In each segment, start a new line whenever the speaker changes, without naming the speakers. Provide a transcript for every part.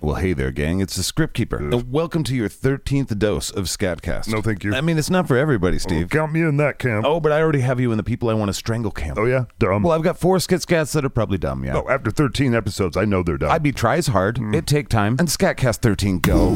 Well, hey there, gang. It's the Script Keeper. And welcome to your 13th dose of Scatcast.
No, thank you. Oh,
I mean, it's not for everybody, Steve.
Count me in that camp.
Oh, but I already have you in the people I want to strangle camp.
Oh, yeah, dumb.
Well, I've got four Skitscats that are probably dumb, yeah.
oh, after 13 episodes, I know they're dumb. Hmm.
I'd be tries hard. It take time. And Scatcast 13 go.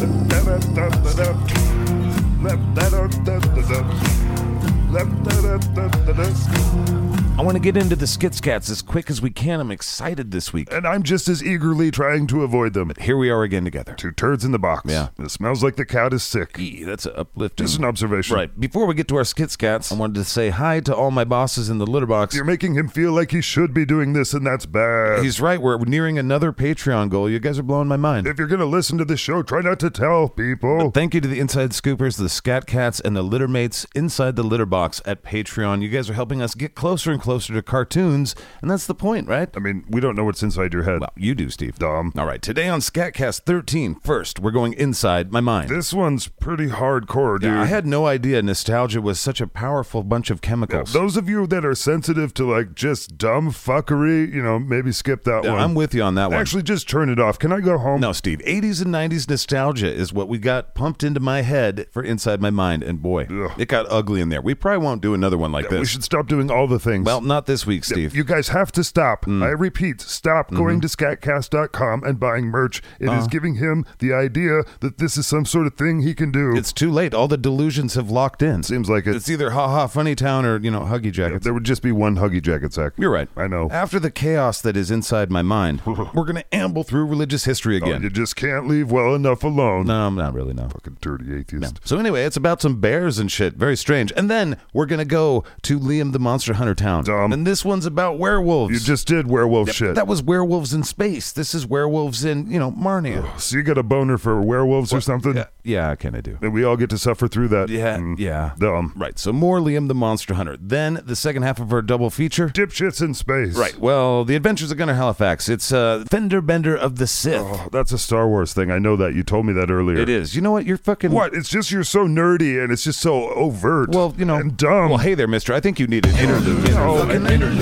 I want to get into the Skitscats as quick as we can. I'm excited this week.
and I'm just as eagerly trying to avoid them.
Here we are again together.
Two turds in the box.
Yeah.
It smells like the cat is sick.
Gee, that's an uplifting.
Just an observation.
Right. Before we get to our skitscats, I wanted to say hi to all my bosses in the litter box.
You're making him feel like he should be doing this, and that's bad.
He's right. We're nearing another Patreon goal. You guys are blowing my mind.
if you're going to listen to this show, try not to tell people.
Thank you to the Inside Scoopers, the Scat Cats, and the Litter Mates inside the litter box at Patreon. You guys are helping us get closer and closer to cartoons, and that's the point, right?
I mean, we don't know what's inside your head.
Well, you do, Steve.
Dumb.
All right. Today on Scatcast 13, first, we're going inside my mind.
This one's pretty hardcore, dude.
Yeah, I had no idea nostalgia was such a powerful bunch of chemicals.
Those of you that are sensitive to like just dumb fuckery, you know, maybe skip that
Yeah,
one.
I'm with you on that one.
Actually, just turn it off. Can I go home?
No, Steve, 80s and 90s nostalgia is what we got pumped into my head for Inside My Mind, and boy,
Ugh.
it got ugly in there. We probably won't do another one like
We
this.
should stop doing all the things.
Well, not this week, Steve.
you guys have to stop.
Hmm.
I repeat, stop
Mm-hmm.
going to scatcast.com and buying merch. It is
Uh-huh.
giving him the idea that this is some sort of thing he can do.
it's too late. All the delusions have locked in.
Seems like it.
It's either Ha Ha Funny Town or, you know, Huggy Jackets.
there would just be one Huggy Jacket sack.
You're right.
I know.
After the chaos that is inside my mind, we're going to amble through religious history again.
Oh, You just can't leave well enough alone.
no, I'm not really, no.
Fucking dirty atheist.
So anyway, it's about some bears and shit. Very strange. And then we're going to go to Liam the Monster Hunter Town.
Dumb.
And this one's about werewolves.
You just did werewolf shit.
That was werewolves in space. This is werewolves in, you know, Marnia.
so you got a boner for werewolves or something?
Yeah, yeah, kind of do.
And we all get to suffer through that.
Yeah,
Mm.
yeah.
Dumb.
Right, so more Liam the Monster Hunter. Then the second half of our double feature.
Dipshits in space.
Right, well, The Adventures of Gunnar Halifax. It's uh, Fender Bender of the Sith.
Oh, that's a Star Wars thing. I know that. You told me that earlier.
It is. You know what? You're fucking.
What? It's just you're so nerdy and it's just so overt.
Well, you know.
And dumb.
Well, hey there, mister. I think you need an interlude.
no, I, Oh, I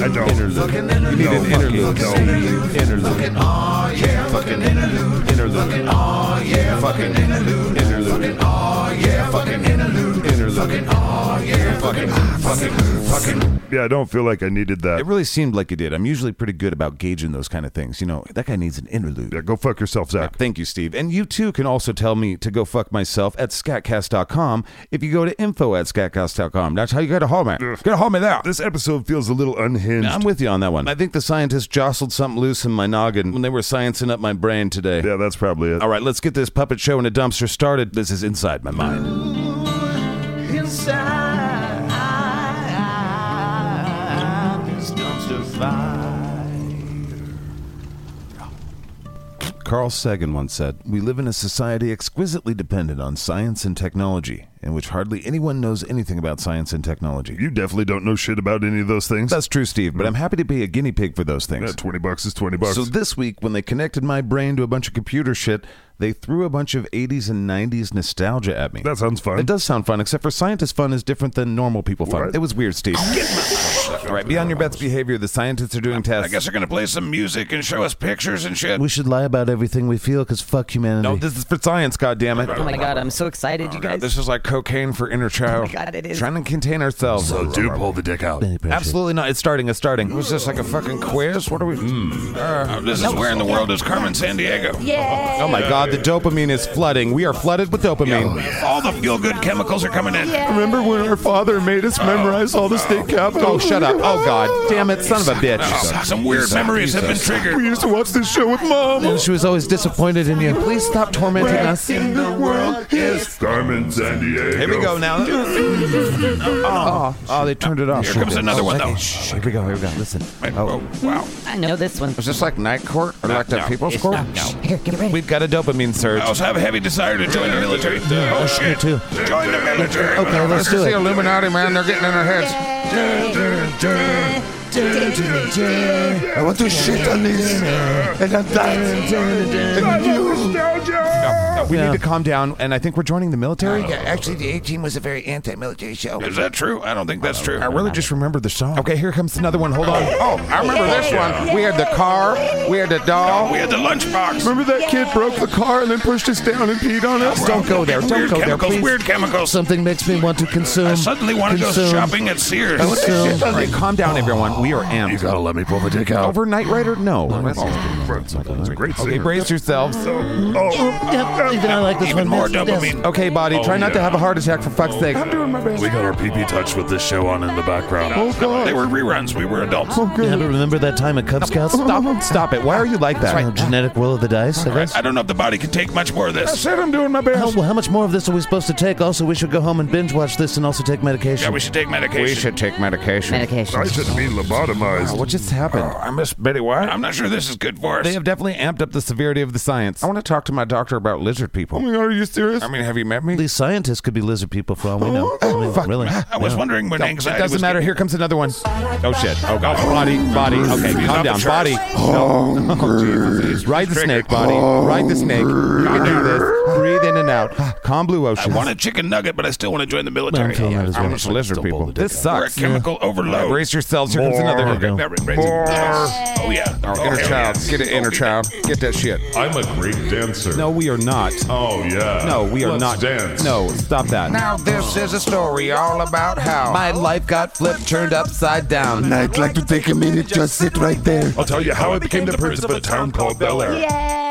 don't.
You need an interlude.
No.
Interlude. Fucking aw, yeah. Fucking interlude. Interlude. Fucking
Oh,
aw, yeah. Fucking interlude. Interlude. Fucking aw, yeah. Fucking interlude. Interlude. Fucking aw, yeah. Fucking, fucking, fucking.
Yeah, I don't feel like I needed that.
It really seemed like you did. I'm usually pretty good about gauging those kind of things. You know, that guy needs an interlude.
Yeah, go fuck yourself, Zach.
Thank you, Steve. And you too can also tell me to go fuck myself at scatcast.com if you go to info at scatcast.com. That's how you get a hold me. Get a hold me there.
This episode feels a little unhinged.
I'm with you on that one. I think the scientists jostled something loose in my noggin when they were sciencing up my brain today.
yeah, that's probably it.
All right, let's get this puppet show in a dumpster started. This is Inside My Mind. Carl Sagan once said, We live in a society exquisitely dependent on science and technology, in which hardly anyone knows anything about science and technology.
You definitely don't know shit about any of those things.
That's true, Steve, but I'm happy to be a guinea pig for those
Yeah,
things.
20 bucks is 20 bucks.
So this week, when they connected my brain to a bunch of computer shit, they threw a bunch of 80s and 90s nostalgia at me.
that sounds fun.
It does sound fun, except for scientist fun is different than normal people fun.
Right.
It was weird, Steve. All right, beyond your best behavior, the scientists are doing tests. I guess they're going to play some music and show us pictures and shit. We should lie about everything we feel because fuck humanity. No, this is for science, goddammit.
Oh my god, I'm so excited, you guys. Oh
This is like cocaine for inner child.
my God, it is.
Trying to contain ourselves.
do pull the dick out.
Absolutely not. It's starting. It's starting. Was this like a fucking quiz? What are we?
Hmm.
Uh, this is where in the world is Carmen San Diego.
Yeah.
Oh my God, the dopamine is flooding. We are flooded with dopamine. All the feel good chemicals are coming in. Remember when our father made us memorize all the state capitals? Oh, shut up. Oh, God. Damn it, son of a bitch.
Oh,
Some weird memories have been triggered.
We used to watch this show with mom.
And she was always disappointed in you. Please stop tormenting us.
In the world is Carmen San Diego.
Here we go now. Oh, oh, they turned it off. Here
comes another one, though.
Shh, here we go. Here we go. Listen.
Oh, wow.
I know this one.
Is this like night court or like the
no,
people's
it's
court?
not, no.
Here, get ready.
We've got a dopamine surge.
I also have a heavy desire to join the military. Oh, shit.
too.
Join the military. Okay,
Let's do it. the Illuminati, man. They're getting in our heads. I want to shit on this and on that and you.
no, no.
We
Yeah.
need to calm down, and I think we're joining the military.
Yeah, actually, the 18 was a very anti-military show.
Is that true? I don't think that's true.
I really just remembered the song. Okay, here comes another one. Hold on.
Oh, I remember this one.
We had the car. We had the doll.
We had the lunchbox.
Remember that kid broke the car and then pushed us down and peed on us?
Don't go there. Don't
Weird
go there,
chemicals.
please.
Weird chemicals.
Something makes me want to consume.
I suddenly want to go
consume.
shopping at Sears.
Consume.
All right, calm down, everyone. We are amped.
gotta let me pull the dick out.
Overnight Rider? No.
It's a great
Okay,
singer.
brace yourselves.
oh,
Even I like this
Even
one.
more
Yes, yes.
dopamine.
Okay, body, try not to have a heart attack for fuck's sake.
We got our PP touch with this show on in the background.
Oh,
They were reruns. We were adults.
Yeah, but remember that time at Cub Scouts?
Stop, stop it. Why are you like
Our
that?
genetic will of the dice, I guess.
I don't know if the body can take much more of this.
said I'm doing my
How,
best.
well, how much more of this are we supposed to take? Also, we should go home and binge watch this and also take
Yeah,
medication.
we should take medication.
We should take medication.
medication.
I should be lobotomized.
What just happened?
I miss Betty White.
I'm not sure this is good for us.
They have definitely amped up the severity of the science.
I want to talk to my doctor about lizard people.
my god, are you serious?
I mean, have you met me?
These scientists could be lizard people for all we know. I mean, really?
I was
Yeah.
wondering when
it
anxiety
doesn't
was
matter. Here comes another one. Oh shit. Oh god. Body, body. Okay,
He's
calm
off the
down.
charts.
Body. Oh, Ride the snake, body. Ride the snake. You can do this. Breathe in and out. Calm blue
I
oceans.
want a chicken nugget, but I still want to join the
Well, I'm
military.
feeling that as well.
I'm just lizard
Still pull
people.
the dick
This
out.
We're a
sucks.
chemical overload.
Brace yourselves. Here comes another
Okay,
one.
now we're raising- Yes. Oh yeah.
Our
Oh,
inner
hell yeah.
child. Get an inner
Okay.
child. Get that shit.
I'm a great dancer.
No, we are not.
Oh yeah.
No, we are
Let's
not.
Dance.
No, stop that.
Now this is a story all about how
My life got flipped, turned upside down.
I'd like to take a minute, just sit right there.
I'll tell you how I became the prince of a town called Bel Air.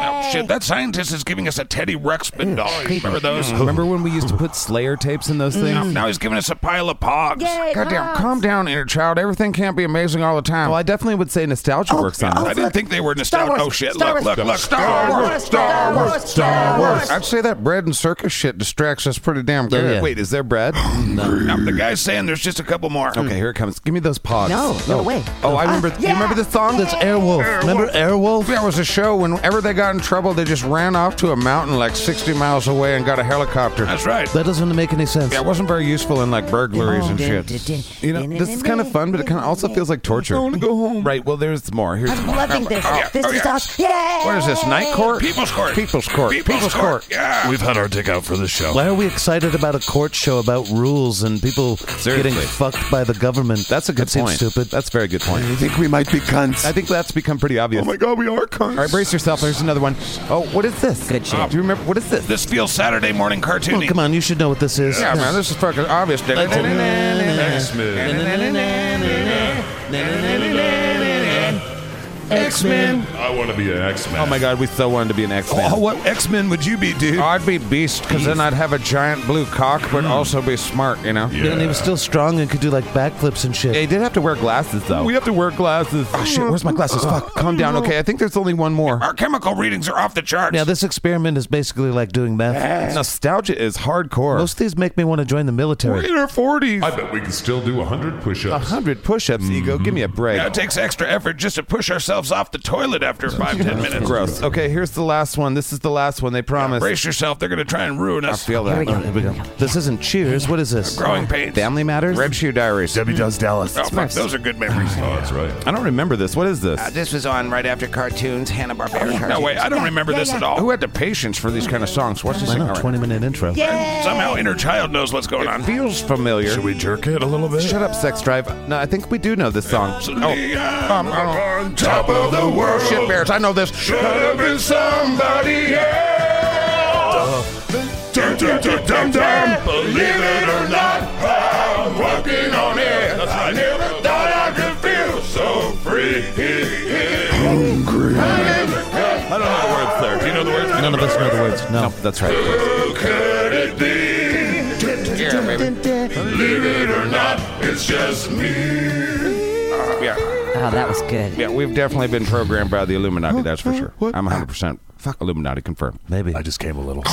Oh shit! That scientist is giving us a Teddy Ruxpin doll. Remember those?
Remember when we used to put Slayer tapes in those things?
Now he's giving us a pile of pogs.
Goddamn, calm down, inner child. Everything can't be amazing all the time.
Well, Oh, I definitely would say nostalgia works on
I
that.
didn't think they were nostalgic. Oh shit! Look! Look! Look!
Star Wars, Star
Oh,
Wars, Star Wars. I'd say that bread and circus shit distracts us pretty damn good.
yeah.
Oh, Wait, is there bread?
Now, the guy's saying there's just a couple more.
Okay, here it comes. Give me those pods.
No, no way.
Oh, I
Ah,
remember. You remember the song?
That's Airwolf. Remember Airwolf?
That was a show. Whenever they got in trouble, they just ran off to a mountain like 60 miles away and got a helicopter.
That's right.
That doesn't make any sense.
Yeah, it wasn't very useful in like burglaries and shit.
You know, this is kind of fun, but it kind of also feels like torture. I want to go home. Right. Well, there's more. Here's
I'm
more.
loving this.
yeah.
This
Oh,
is
yeah.
awesome. Yeah.
What is this, night court?
People's court.
People's court.
People's, court. Yeah.
We've had our dick out for this show.
Why are we excited about a court show about rules and people getting fucked by the government?
That's a good
that seems
point.
stupid.
That's a very good point.
I think we might be cunts.
I think that's become pretty obvious.
Oh my god, we are
All right,
cunts.
brace yourself. There's another one. Oh, what is this?
Good shit.
Do you remember? What is this?
This feels Saturday morning
Come
Oh,
cartoony.
on, come on, you should know what this is.
Yeah, man, this is fucking obvious.
X-Men.
X-Men.
I want to be an X-Man.
Oh my god, we so wanted to be an X-Man.
Oh, what X Men would you be, dude?
I'd be beast because then I'd have a giant blue cock, but
Mm.
also be smart, you know?
And he was still strong and could do like backflips and shit.
They did have to wear glasses though.
We
have to wear glasses. Oh shit, where's my glasses? Fuck, calm down. Okay, I think there's only one more.
Our chemical readings are off the charts.
Now, this experiment is basically like doing math.
Nostalgia is hardcore.
Most of these make me want to join the military.
in our 40s.
I bet we can still do 100
A
push-ups.
hundred push-ups, ego. Give me a break.
Now it takes extra effort just to push ourselves off the toilet after five, ten minutes.
Gross. Okay, here's the last one. This is the last one. They promised.
Brace yourself. They're going to try and ruin
I
us.
feel
Here we
that.
go.
Here we go. This isn't Cheers. What is this?
Growing pains.
Family matters. Hmm.
Red Shoe Diaries.
Debbie does Dallas.
Oh, fuck, those are good memories.
Oh, that's right.
I don't remember this. What is this?
This was on right after cartoons, Hanna-Barbera
Oh,
cartoons.
Ah, No, wait, I don't remember this at all.
Who had the patience for these kind of songs? What's this
I
thing?
know,
All right.
20 minute intro.
Somehow inner child knows what's going on.
Feels familiar.
Should we jerk it a little bit?
Shut up, sex drive. No, I think we do know this song. Oh.
Suddenly,
Um,
I'm
I don't-
on top of the world.
Shit bears, I know this.
Should have been somebody else. Dum, dum, dum, dum, dum. Believe it or not, I'm working on it. I never thought I could feel so free.
I don't know the words there. Do you know the words?
None of us know the words. No.
No, that's right.
Who could it be?
Yeah, baby.
Believe it or not, it's just me.
Uh, Yeah,
Oh, that was good.
yeah, we've definitely been programmed by the Illuminati, that's for sure. I'm 100% fuck Illuminati confirmed.
Maybe.
I just came a little.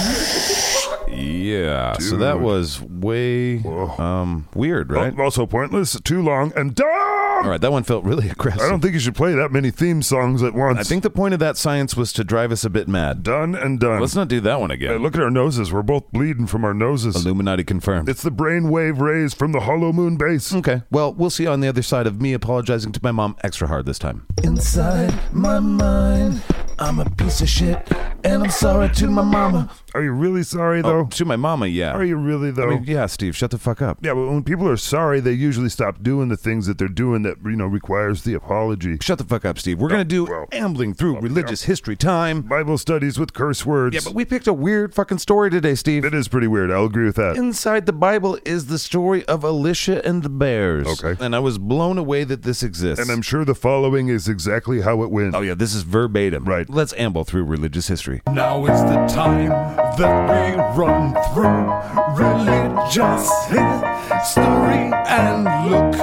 Yeah. So that was way um weird, right?
Also pointless, too long, and dumb.
All right, that one felt really
I don't
aggressive.
think you should play that many theme songs at once.
I think the point of that science was to drive us a bit mad.
done and done.
Let's not do that one
Hey,
again.
look at our noses. We're both bleeding from our noses.
Illuminati confirmed.
It's the brainwave rays from the hollow moon base.
Okay. Well, we'll see you on the other side of me apologizing to my mom extra hard this time.
Inside my mind,
I'm a piece of shit, and I'm sorry to my mama.
Are you really sorry
Oh,
though?
to my mama, yeah.
Are you really though?
I mean, yeah, Steve, shut the fuck up.
yeah, but when people are sorry, they usually stop doing the things that they're doing that you know requires the apology. Oh,
Shut the fuck up, Steve. We're gonna do
well,
ambling through religious history time.
Bible studies with curse words.
Yeah, but we picked a weird fucking story today, Steve.
it is pretty weird. I'll agree with that.
Inside the Bible is the story of Elisha and the bears.
Okay.
And I was blown away that this exists.
And I'm sure the following is exactly how it went.
Oh yeah, this is verbatim.
Right.
Let's amble through religious history.
Now is the time that we run through religious history and look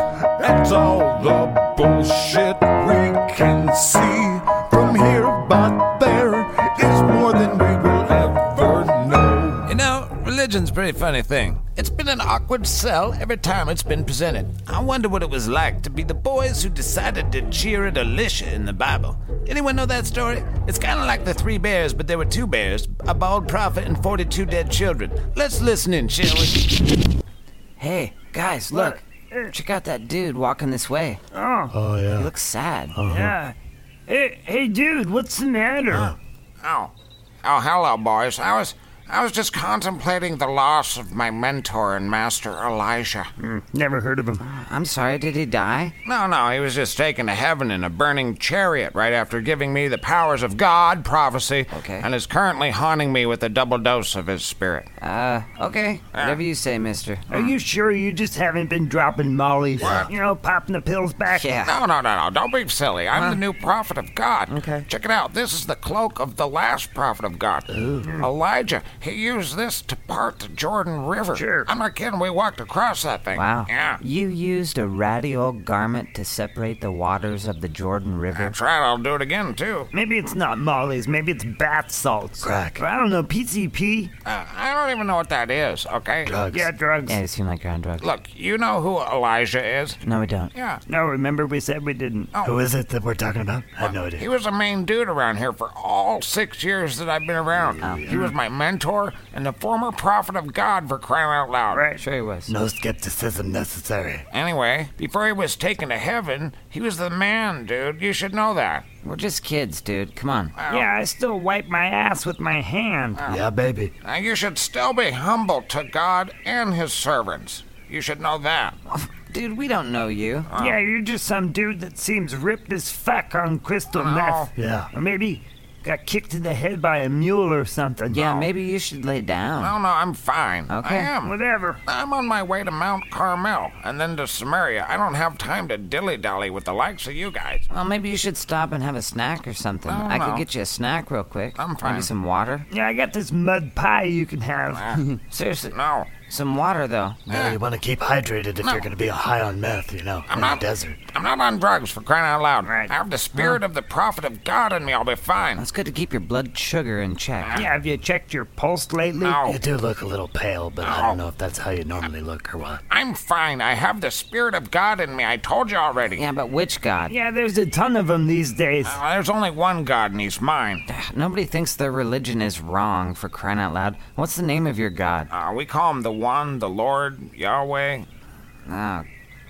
at all the bullshit we can see from here, but there is more than we will ever know.
You know, religion's a pretty funny thing. It's been an awkward sell every time it's been presented. I wonder what it was like to be the boys who decided to cheer at Elisha in the Bible. Anyone know that story? It's kind of like the three bears, but there were two bears, a bald prophet, and 42 dead children. Let's listen in, shall we?
Hey, guys, look. Check out that dude walking this way. Oh. yeah. He looks sad.
Oh. Oh, hello, boys. I was. I was just contemplating the loss of my mentor and master, Elijah.
Hmm,
I'm sorry, did he die?
No, no, he was just taken to heaven in a burning chariot right after giving me the powers of God, prophecy,
Okay.
and is currently haunting me with a double dose of his spirit.
Uh, okay. Whatever you say, mister.
Are you sure you just haven't been dropping mollies? You know, popping the pills back?
Yeah.
No, no, no, no, don't be silly. I'm the new prophet of God.
Okay.
Check it out. This is the cloak of the last prophet of God. Elijah, he used this to part the Jordan River.
Sure.
I'm not kidding. We walked across that thing.
Wow.
Yeah.
You used a ratty old garment to separate the waters of the Jordan River.
That's right. I'll do it again, too.
Maybe it's not mollies, maybe it's bath salts.
Crack.
Or I don't know, PCP?
Uh, I don't even know what that is, okay?
Yeah, drugs.
Yeah, they seem like ground drugs.
Look, you know who Elijah is?
No, we don't.
Yeah.
No, remember we said we didn't.
Oh. Who
is it that we're talking about? I have no
He was a main dude around here for all six years that I've been around. He was my mentor and the former prophet of God for crying out loud.
Right.
Sure he was.
No skepticism necessary.
Anyway, before he was taken to heaven, he was the man, dude. You should know that.
We're just kids, dude. Come on.
Yeah, I still wipe my ass with my hand. Yeah, baby.
Now, you should still be humble to God and his servants. You should know that.
Dude, we don't know you.
Yeah, you're just some dude that seems ripped as fuck on crystal
Oh.
meth. Yeah. Or maybe got kicked in the head by a mule or something.
Yeah, maybe you should lay down.
No, no, I'm fine.
Okay.
I am.
Whatever.
I'm on my way to Mount Carmel and then to Samaria. I don't have time to dilly dally with the likes of you guys.
Well, maybe you should stop and have a snack or something.
No,
I
no.
could get you a snack real quick.
I'm fine.
Maybe some water.
Yeah, I got this mud pie you can have.
Seriously,
No.
some water though.
Yeah.
want to keep hydrated if
you're
going to be high on meth, you know,
I'm not I'm not on drugs for crying out loud.
Right.
I have the spirit of the prophet of God in me. I'll be fine.
It's good to keep your blood sugar in check.
Yeah, have you checked your pulse lately?
No.
do look a little pale, but I don't know if that's how you normally look or what.
I'm fine. I have the spirit of God in me. I told you already.
Yeah, but which god?
Yeah, there's a ton of them these days.
Uh, there's only one God, and He's mine.
Ah, Nobody thinks their religion is wrong for crying out loud. What's the name of your god?
Uh, we call Him the One, the Lord, Yahweh.
Oh,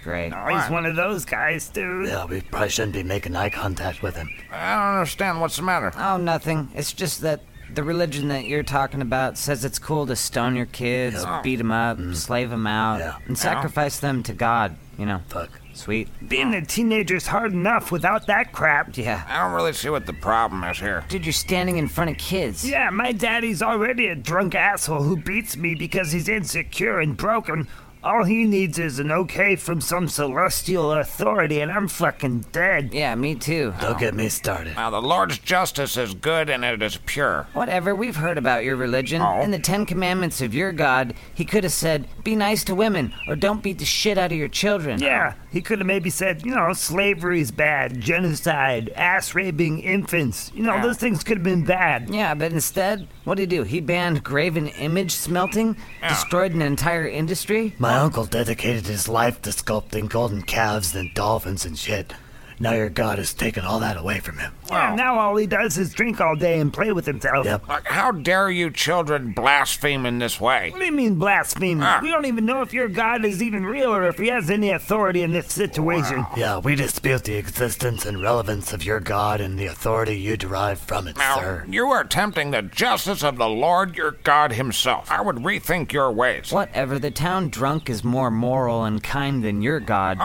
great.
Oh, he's one of those guys, dude. Yeah, we probably shouldn't be making eye contact with him.
I don't understand what's the matter.
Oh, nothing. It's just that the religion that you're talking about says it's cool to stone your kids, beat 'em beat them up, slave 'em slave them out,
Mm. Yeah.
and sacrifice them to God. You know.
Fuck.
Sweet.
Being a teenager's hard enough without that crap.
Yeah.
I don't really see what the problem is here.
Dude, you're standing in front of kids.
Yeah, my daddy's already a drunk asshole who beats me because he's insecure and broken. All he needs is an okay from some celestial authority, and I'm fucking dead.
Yeah, me too.
Don't get me started.
Now, the Lord's justice is good and it is pure.
Whatever, we've heard about your religion.
Oh.
In the Ten Commandments of your God, he could have said, be nice to women, or don't beat the shit out of your children.
Yeah, he could have maybe said, you know, slavery's bad, genocide, ass raping infants. You know, those things could have been bad.
Yeah, but instead, what did he do? He banned graven image smelting, destroyed an entire industry.
My uncle dedicated his life to sculpting golden calves and dolphins and shit.
Now your God has taken all that away from him.
Yeah, now all he does is drink all day and play with himself.
Like, how dare you children blaspheme in this way?
What do you mean blaspheme? We don't even know if your God is even real or if he has any authority in this situation.
Yeah, we dispute the existence and relevance of your God and the authority you derive from it, sir.
You are tempting the justice of the Lord your God himself. I would rethink your ways.
Whatever, the town drunk is more moral and kind than your god.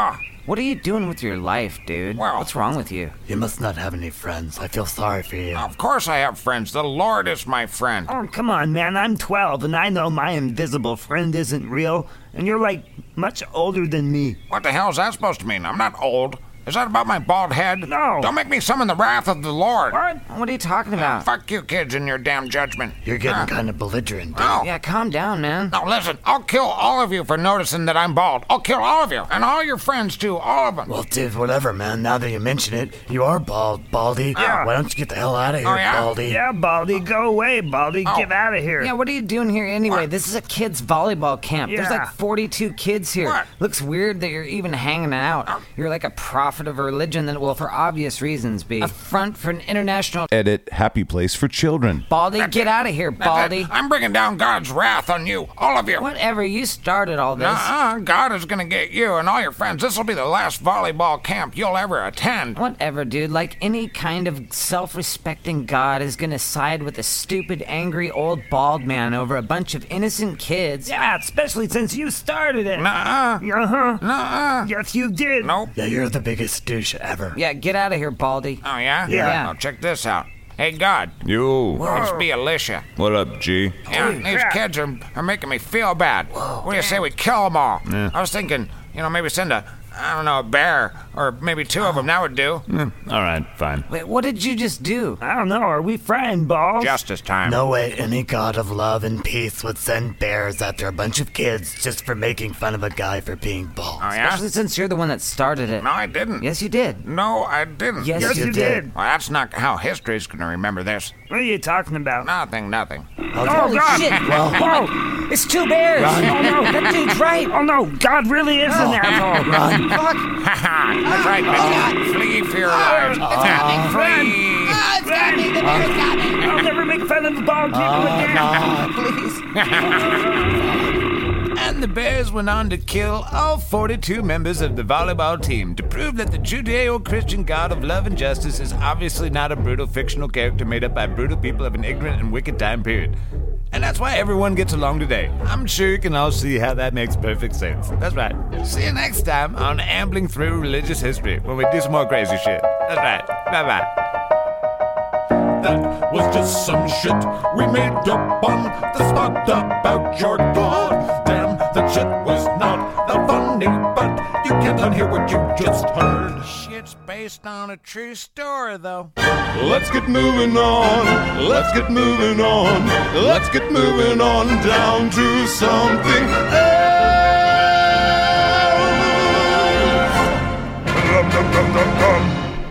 What are you doing with your life, dude? What's wrong with you?
You must not have any friends. I feel sorry for you.
Of course I have friends. The Lord is my friend.
Oh, come on, man. I'm 12 and I know my invisible friend isn't real, and you're like much older than me.
What the hell is that supposed to mean? I'm not old. Is that about my bald head? No. Don't make me summon the wrath of the Lord. What?
What are you talking about?
Fuck you kids and your damn judgment.
You're getting kind of belligerent.
Yeah, calm down, man.
Now listen, I'll kill all of you for noticing that I'm bald. I'll kill all of you. And all your friends too, all of them.
Well, dude, whatever, man. Now that you mention it, you are bald, Baldy.
Yeah.
Why don't you get the hell out of here,
Oh, yeah? Oh.
Baldy? Oh.
Yeah, Baldy, go away, Baldy. Get out of here.
Yeah, what are you doing here anyway? This is a kids' volleyball camp. There's
Yeah.
like 42 kids here. Looks weird that you're even hanging out.
Oh.
You're like a prophet of a religion that will, for obvious reasons, be a front for an international.
Edit Happy Place for Children.
Baldy, get out of here, Baldy.
I'm bringing down God's wrath on you, all of you.
Whatever, you started all this.
Nuh-uh, God is gonna get you and all your friends. This will be the last volleyball camp you'll ever attend.
Whatever, dude. Like any kind of self respecting god is gonna side with a stupid, angry old bald man over a bunch of innocent kids.
Yeah, especially since you started it.
Nuh-uh.
Uh-huh.
Nuh-uh.
Yes, you did.
Nope.
Yeah, you're the biggest douche ever.
Yeah, get out of here, Baldy.
Oh yeah?
Yeah.
Oh, check this out. Hey God,
Yo.
it's me, Alicia.
What up, G?
Yeah, these kids are, are making me feel bad. what do you say we kill them all?
Yeah.
I was thinking, you know, maybe send a, I don't know, a bear or maybe two of them. That would do.
Mm, all right, fine.
Wait, what did you just do?
I don't know. Are we frying balls?
Justice time.
No way any god of love and peace would send bears after a bunch of kids just for making fun of a guy for being bald.
Especially since you're the one that started it.
Oh, No, I didn't.
Yes, you did.
No, I didn't.
Yes, Yes, you you
did. did.
Well, that's not how history's going to remember this.
What are you talking about? Oh,
Nothing, nothing.
Oh, Holy shit! Whoa, it's two bears! Oh no, that dude's right!
Oh no, God really is an asshole.
Fuck!
Haha, that's right,
Uh,
baby. Flee for
Uh,
your lives. Flee.
It's got me. The bear's got me. Uh, I'll never make fun of the bald people
Uh,
again.
And the Bears went on to kill all 42 members of the volleyball team to prove that the Judeo Christian God of love and justice is obviously not a brutal fictional character made up by brutal people of an ignorant and wicked time period. And that's why everyone gets along today. I'm sure you can all see how that makes perfect sense. That's right. See you next time on Ambling Through Religious History when we do some more crazy shit. That's right. Bye bye.
That was just some shit we made up on the spot about your god. Damn, that shit was not that funny, but you can't unhear what you just heard.
Shit's based on a true story, though.
Let's get moving on. Let's get moving on. Let's get moving on down to something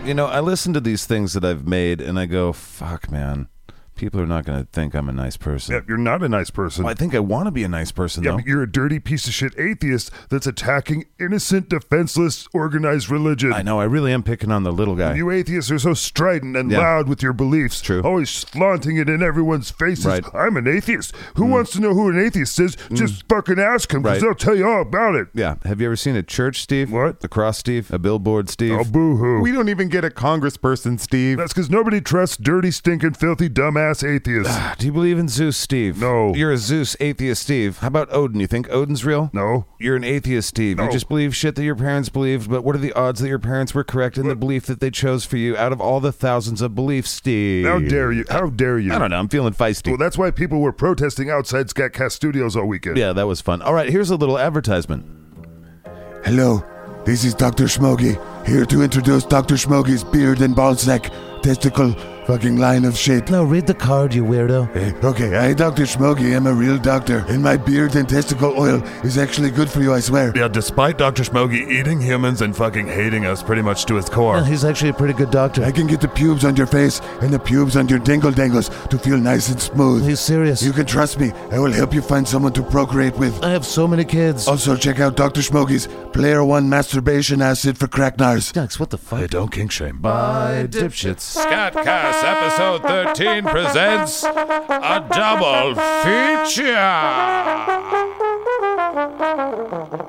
You know, I listen to these things that I've made and I go, fuck, man. People are not going to think I'm a nice person.
Yeah, you're not a nice person.
Well, I think I want to be a nice person,
yeah,
though.
but you're a dirty piece of shit atheist that's attacking innocent, defenseless, organized religion.
I know, I really am picking on the little guy.
You atheists are so strident and
Yeah.
loud with your beliefs. True. Always flaunting it in everyone's faces.
Right. Mm.
I'm an atheist. Who wants to know who an atheist is? Just fucking ask him because
Right.
they'll tell you oh, all about it.
Yeah. Have you ever seen a church, Steve? What? A cross, Steve? A billboard, Steve?
Oh, boo hoo.
we don't even get a congressperson, Steve.
That's because nobody trusts dirty, stinking, filthy, dumbass atheists.
Do you believe in Zeus, Steve?
No.
You're a Zeus atheist, Steve. How about Odin? You think Odin's real?
No.
You're an atheist, Steve. You
No.
just believe shit that your parents believed, but what are the odds that your parents were correct in the belief that they chose for you out of all the thousands of beliefs, Steve?
How dare you? How dare you?
I don't know. I'm feeling feisty.
Well, that's why people were protesting outside Scatcast Studios all weekend.
yeah, that was fun. All right, here's a little advertisement.
Hello, this is Dr. Schmoggy, here to introduce Dr. Schmoggy's beard and ballsack, testicle, fucking line of shit. Eh,
No, read the card, you weirdo.
okay, I, Dr. Smoggy, am a real doctor, and my beard and testicle oil is actually good for you, I swear.
Yeah, despite Dr. Smoggy eating humans and fucking hating us pretty much to his core.
he's
actually a pretty good doctor.
I can get the pubes on your face and the pubes on your dingle dangles to feel nice and smooth.
He's serious.
You can trust me. I will help you find someone to procreate with.
I have so many kids.
Also, check out Dr. Smoggy's Player One Masturbation Acid for Cracknars.
Ducks, what the fuck?
I don't kink shame.
Bye, dipshits.
Scott episode 13 presents a double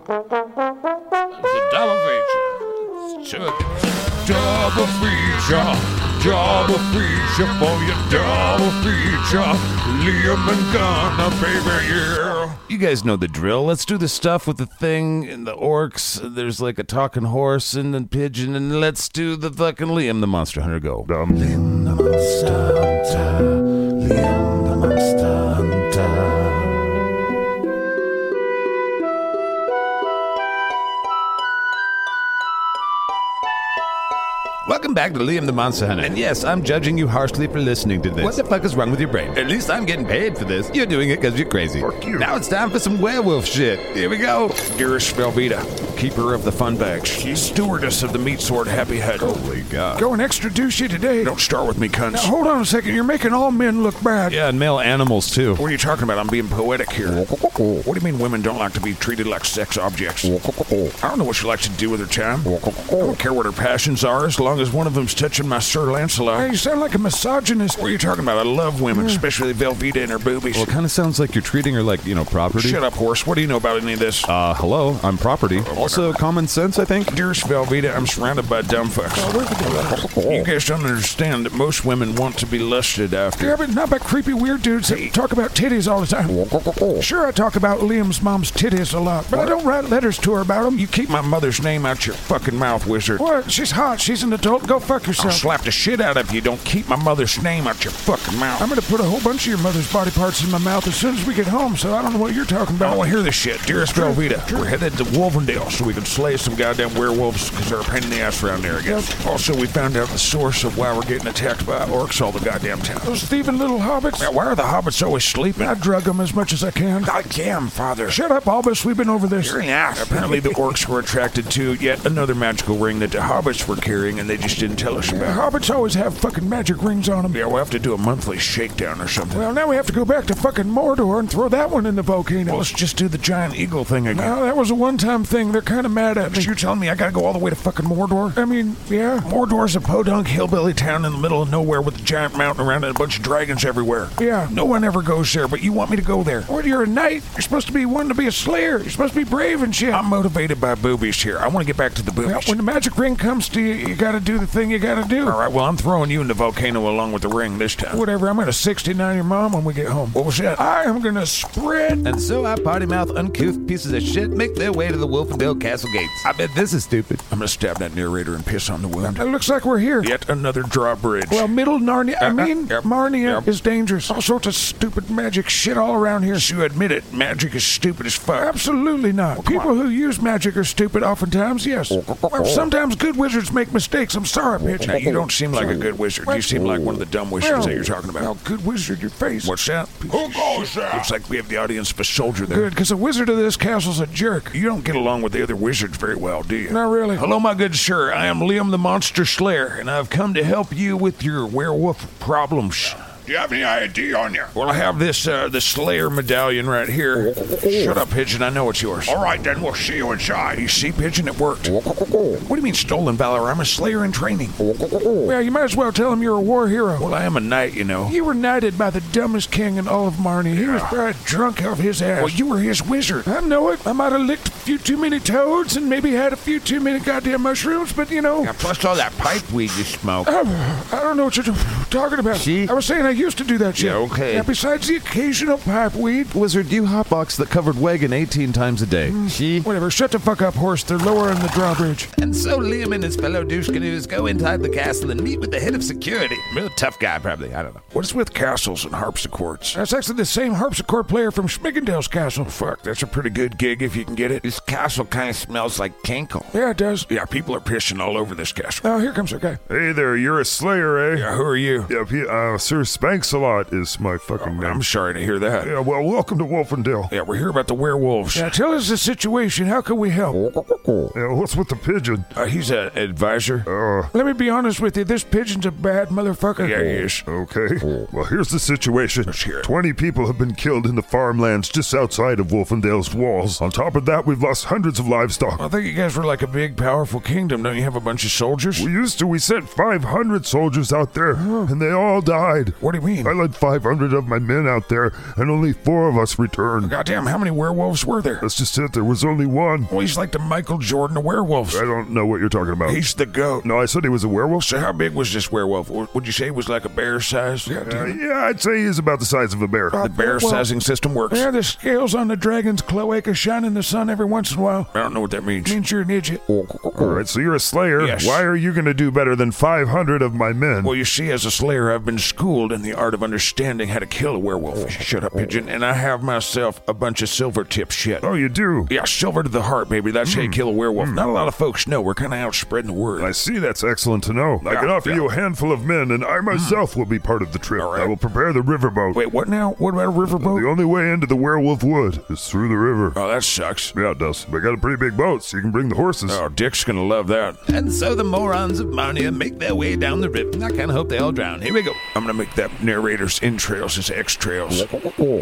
feature. It's a double feature. It's two- Double feature. Double feature for your double feature. Liam and Gunna, baby, yeah.
You guys know the drill. Let's do the stuff with the thing and the orcs. There's like a talking horse and a pigeon, and let's do the fucking Liam the Monster Hunter go. Liam the Monster Hunter. Liam the Monster Hunter.
Welcome back to Liam the Monster Hunter. And yes, I'm judging you harshly for listening to this. What the fuck is wrong with your brain? At least I'm getting paid for this. You're doing it because you're crazy. Now it's time for some werewolf shit. Here we go. Dearest Velveeta, keeper of the fun bag, stewardess of the meat sword happy head. Holy God.
Going extra douchey today.
Don't start with me, cunts.
Now, hold on a second. You're making all men look bad.
Yeah, and male animals too. What are you talking about? I'm being poetic here. What do you mean women don't like to be treated like sex objects? I don't know what she likes to do with her time. I don't care what her passions are as long as one of them's touching my Sir Lancelot.
Hey, you sound like a misogynist.
What are you talking about? I love women, especially Velveeta and her boobies.
Well, it kind of sounds like you're treating her like, you know, property.
Shut up, horse. What do you know about any of this? Oh,
Uh, hello, I'm property. Also, common sense, I think.
Dearest Velveeta, I'm surrounded by dumb fucks. You guys don't understand that most women want to be lusted after.
Yeah, but not by creepy weird dudes that talk about titties all the time. Sure, I talk about Liam's mom's titties a lot, but I don't write letters to her about them.
You keep my mother's name out your fucking mouth, wizard.
What? She's hot. She's an adult. Go fuck
I'll
yourself.
slap the shit out of you. Don't keep my mother's name out your fucking mouth.
I'm gonna put a whole bunch of your mother's body parts in my mouth as soon as we get home, so I don't know what you're talking
I
about.
don't want to hear this shit. Dearest Velveeta, we're headed to Wolvendale so we can slay some goddamn werewolves because they're a pain in the ass around there again. Also, we found out the source of why we're getting attacked by orcs all the goddamn time.
Those thieving little hobbits.
Now, why are the hobbits always sleeping?
I drug them as much as I can.
I damn, father.
Shut up, Albus. We've been over this.
You're an ass. Apparently, the orcs were attracted to yet another magical ring that the hobbits were carrying and they just didn't tell us
Yeah,
about.
hobbits always have fucking magic rings on them.
Yeah, we'll have to do a monthly shakedown or something.
Well, now we have to go back to fucking Mordor and throw that one in the volcano.
Let's just do the giant eagle thing again.
Now, that was a one-time thing. They're kind of mad at me.
You're telling me I gotta go all the way to fucking Mordor?
I mean, yeah.
Mordor's a podunk hillbilly town in the middle of nowhere with a giant mountain around it and a bunch of dragons everywhere.
Yeah.
No one ever goes there, but you want me to go there.
Well, you're a knight. You're supposed to be one to be a slayer. You're supposed to be brave and shit.
I'm motivated by boobies here. I want to get back to the
Well,
boobies.
when the magic ring comes to you, you gotta do the thing you gotta do.
All right, well, I'm throwing you in the volcano along with the ring this time.
Whatever, I'm gonna 69 your mom when we get home.
What was that?
I am gonna spread.
And so our potty mouth, uncouth pieces of shit make their way to the Wolfendale Castle gates. I bet this is stupid. I'm gonna stab that narrator and piss on the wound.
It looks like we're here.
Yet another drawbridge.
Well, middle Narnia, I
Uh, uh,
mean,
yep,
Marnia
yep.
is dangerous. All sorts of stupid magic shit all around here.
you admit it, magic is stupid as fuck.
Absolutely not. People who use magic are stupid oftentimes, yes. Well, sometimes good wizards make mistakes. I'm sorry, Pitch.
Now, you don't seem like a good wizard. You seem like one of the dumb wizards
Well,
that you're talking about.
well, good wizard, your face.
What's that? Who goes there? Looks like we have the audience of a soldier there.
Good, because the wizard of this castle's a jerk.
You don't get along with the other wizards very well, do you?
Not really.
Hello, my good sir. I am Liam the Monster Slayer, and I've come to help you with your werewolf problems.
Do you have any ID on you?
Well, I have this uh, the Slayer medallion right here. Shut up, Pigeon. I know it's yours.
All right, then we'll see you inside.
You see, Pigeon, it worked. What do you mean stolen valor? I'm a Slayer in training.
Well, you might as well tell him you're a war hero.
Well, I am a knight, you know.
You were knighted by the dumbest king in all of Marnie. He was probably drunk off his ass.
Well, you were his wizard.
I know it. I might have licked a few too many toads and maybe had a few too many goddamn mushrooms, but you know,
plus all that pipe weed you smoke.
Oh,
uh, I don't know what you're talking about.
See?
I was saying I used to do that shit.
Yeah, okay.
Now, besides the occasional pipe weed, Mm,
Wizard, you hotbox the covered wagon 18 times a day. She?
whatever. Shut the fuck up, horse. They're lowering the drawbridge.
And so Liam and his fellow douche canoes go inside the castle and meet with the head of security. Real tough guy, probably. I don't know. What's with castles and harpsichords?
That's actually the same harpsichord player from Schmiggendale's castle.
Fuck, that's a pretty good gig if you can get it. This castle kind of smells like kinkle.
Yeah, it does.
Yeah, people are pissing all over this castle.
Oh, here comes our guy.
Hey there, you're a slayer, eh?
Yeah, who are you?
sir. Yeah, P- uh, Sir Spanks a lot is my fucking name. I'm
Oh, sorry to hear that.
Yeah, well, welcome to Wolfendale.
Yeah, we're here about the werewolves.
Now tell us the situation. How can we help?
Yeah, what's with the pigeon?
Uh, he's an advisor.
Uh,
Let me be honest with you. This pigeon's a bad motherfucker.
Oh, Okay. Well, here's the situation. Twenty people have been killed in the farmlands just outside of Wolfendale's walls. On top of that, we've lost hundreds of livestock.
I think you guys were like a big, powerful kingdom. Don't you have a bunch of soldiers?
We used to. We sent 500 soldiers out there, and they all died.
What do you mean?
I led 500 of my men out there, and only four of us returned.
Goddamn, how many werewolves were there?
That's just it. There was only one.
Well, he's like the Michael Jordan of werewolves.
I don't know what you're talking about.
He's the goat.
No, I said he was a werewolf.
So how big was this werewolf? W- Would you say it was like a bear size?
Uh, yeah, I'd say he's about the size of a bear.
The bear
well-
sizing system works.
Yeah, the scales on the dragon's cloaca shine in the sun every once in a while.
I don't know what that means.
Means you're an idiot.
All right, so you're a slayer.
Yes.
Why are you going to do better than 500 of my men?
Well, you see, as a slayer, I've been schooled in the art of understanding how to kill a werewolf. Shut up, pigeon. And I have myself a bunch of silver tip shit.
Oh, you do? Hmm.
Yeah, silver to the heart, baby. That's how you kill a werewolf. Not a lot of folks know. We're kind of out spreading the word.
I see that's excellent to know. I can
Yeah,
offer
yeah. Hmm.
you a handful of men, and I myself will be part of the trip. I will prepare the riverboat.
Wait, what now? What about a riverboat?
The only way into the werewolf wood is through the river.
Oh, that sucks.
Yeah, it does. But I got a pretty big boat, so you can bring the horses.
Oh, Dick's gonna love that.
And so the morons of Marnia make their way down the river. I kind of hope they all drown. Here we go.
I'm gonna make that narrator's entrails his extrails.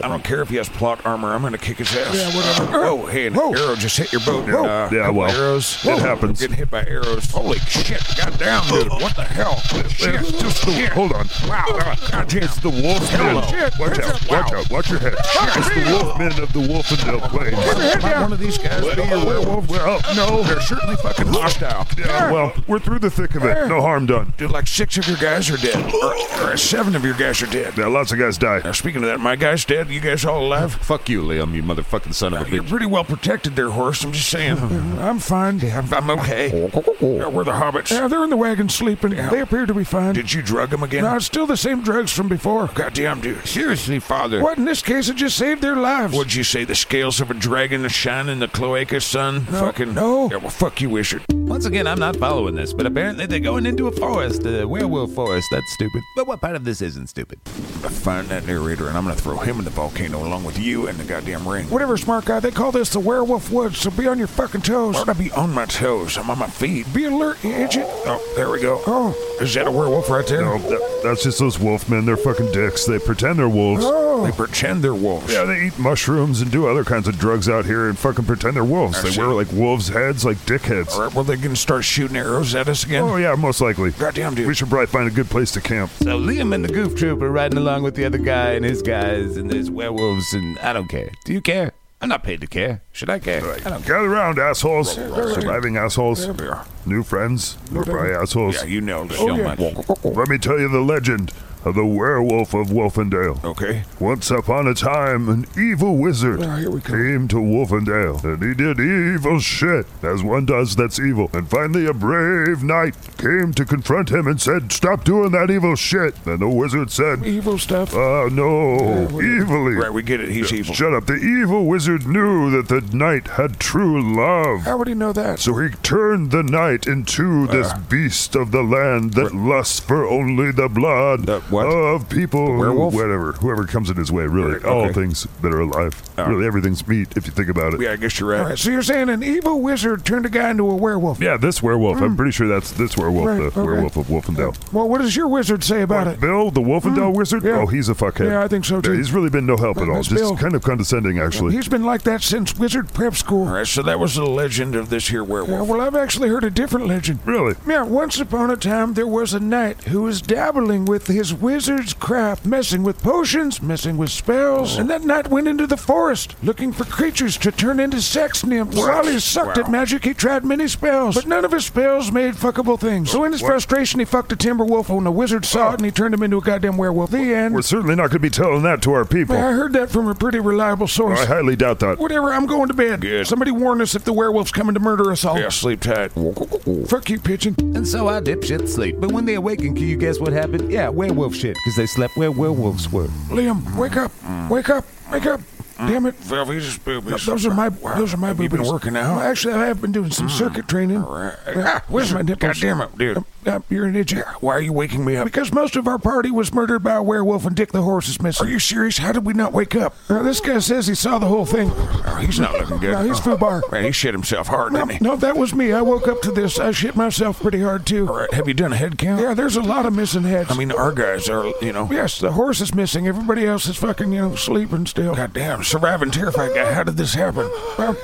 I don't care if he has plot armor. I'm gonna kick his ass. Yeah, whatever. Oh, hey, an arrow just hit your boat. And, uh,
Yeah, well,
arrows.
it happens.
Getting hit by arrows. Holy shit! Goddamn, dude! What the hell? Shit.
Just the, hold on. Ah,
Wow! Goddamn!
It's the wolf men.
Hello.
Watch out, watch out, watch your head. It's the wolf men of the Wolfendale Plains.
Might one of these guys be a werewolf?
Well, no.
They're certainly fucking hostile.
Yeah, well, we're through the thick of it. No harm done.
Dude, like six of your guys are dead, or, or seven of your guys are dead.
Yeah, lots of guys died.
Now, speaking of that, my guy's dead. You guys all alive?
Fuck you, Liam, you motherfucking son of a
You're
bitch.
pretty well protected there, horse. I'm just saying.
I'm fine.
I'm, I'm okay. Yeah, we're the hobbits.
Yeah, they're in the wagon sleeping. They appear to be fine.
Did you drug him again?
No, it's still the same drugs from before.
Goddamn, dude. Seriously, father.
What in this case, it just saved their lives.
Would you say the scales of a dragon shine in the cloaca sun?
No,
Fucking
no.
Yeah, well, fuck you, Wizard.
Once again, I'm not following this, but apparently they're going into a forest, a werewolf forest. That's stupid. But what part of this isn't stupid?
I find that narrator, and I'm gonna throw him in the volcano along with you and the goddamn ring.
Whatever, smart guy. They call this the werewolf woods, so be on your fucking toes.
Why would I be on my toes? I'm on my feet.
Be alert, you idiot.
Oh, there we go.
Oh,
Is that a werewolf right there?
No, that, that's just those wolf men. They're fucking dicks. They pretend they're wolves.
oh.
They pretend they're wolves.
Yeah, they eat mushrooms and do other kinds of drugs out here and fucking pretend they're wolves.
I
they
see.
wear like wolves' heads, like dickheads.
All right, well, they're gonna start shooting arrows at us again.
Oh yeah, most likely.
Goddamn, dude.
We should probably find a good place to camp.
So Liam and the goof troop are riding along with the other guy and his guys, and there's werewolves, and I don't care. Do you care? I'm not paid to care. Should I care? I don't care.
Gather round, assholes. Surviving assholes.
Yeah.
New friends. We're probably assholes. Oh,
Yeah, you nailed it.
So much.
Let me tell you the legend of the werewolf of Wolfendale.
Okay.
Once upon a time, an evil wizard came to Wolfendale, and he did evil shit, as one does that's evil. And finally, a brave knight came to confront him and said, Stop doing that evil shit. And the wizard said,
evil stuff.
Ah, no, evilly.
Right, we get it. He's evil.
Shut up. The evil wizard knew that the knight had true love.
How would he know that?
So he turned the knight into this beast of the land that lusts for only the blood
The what?
of people,
werewolf?
whatever, whoever comes in his way. Really, all
okay.
things that are alive.
All right.
Really, everything's meat if you think about it.
Yeah, I guess you're right.
All right, so you're saying an evil wizard turned a guy into a werewolf?
Yeah, this werewolf. I'm pretty sure that's this werewolf,
Right,
the
okay.
werewolf of Wolfendale.
Well, what does your wizard say about it? Hmm.
Bill, Oh, the Wolfendale wizard.
yeah.
Oh, he's a fuckhead.
Yeah, I think so, too.
he's really been no help at all.
That's
Just
Bill.
kind of condescending, actually.
He's been like that since wizard prep school.
All right, so that was the legend of this here werewolf.
Yeah, well, I've actually heard a different legend.
really.
Yeah, once upon a time there was a knight who was dabbling with his wizard's craft, messing with potions, messing with
Oh.
spells, and that knight went into the forest looking for creatures to turn into sex nymphs. While he sucked
Wow.
at magic, he tried many spells, but none of his spells made fuckable things. So in his frustration, he fucked a timber wolf, and the wizard saw it, and he turned him into a goddamn werewolf. The end.
Oh. We're certainly not going to be telling that to our people.
I heard that from a pretty reliable source.
I highly doubt that.
Whatever, I'm going to bed.
Good.
Somebody warn us if the werewolf's coming to murder us all.
Yeah, sleep tight.
Oh. Fuck you, pigeon.
And so our dipshits sleep. But when they awaken, can you guess what happened? Yeah, werewolf shit, because they slept where werewolves were.
Liam, wake up. Wake up. Wake up.
Mm.
Damn it.
Well, these is boobies.
Those are my those are my
Have you
boobies.
been working out?
Well, actually, I have been doing some circuit training.
All right.
Ah, where's my
God
nipples?
damn it, dude.
Uh, you're in a jail. Why are you waking me up? Because most of our party was murdered by a werewolf and Dick the horse is missing. Are you serious? How did we not wake up? Uh, this guy says he saw the whole thing.
Oh, he's not looking good.
No, he's foobar.
Man, he shit himself hard,
No,
didn't he?
no, that was me. I woke up to this. I shit myself pretty hard, too.
All right, have you done a head count?
Yeah, there's a lot of missing heads.
I mean, our guys are, you know.
Yes, the horse is missing. Everybody else is fucking, you know, sleeping still.
Goddamn, surviving terrified guy. How did this happen?
Well,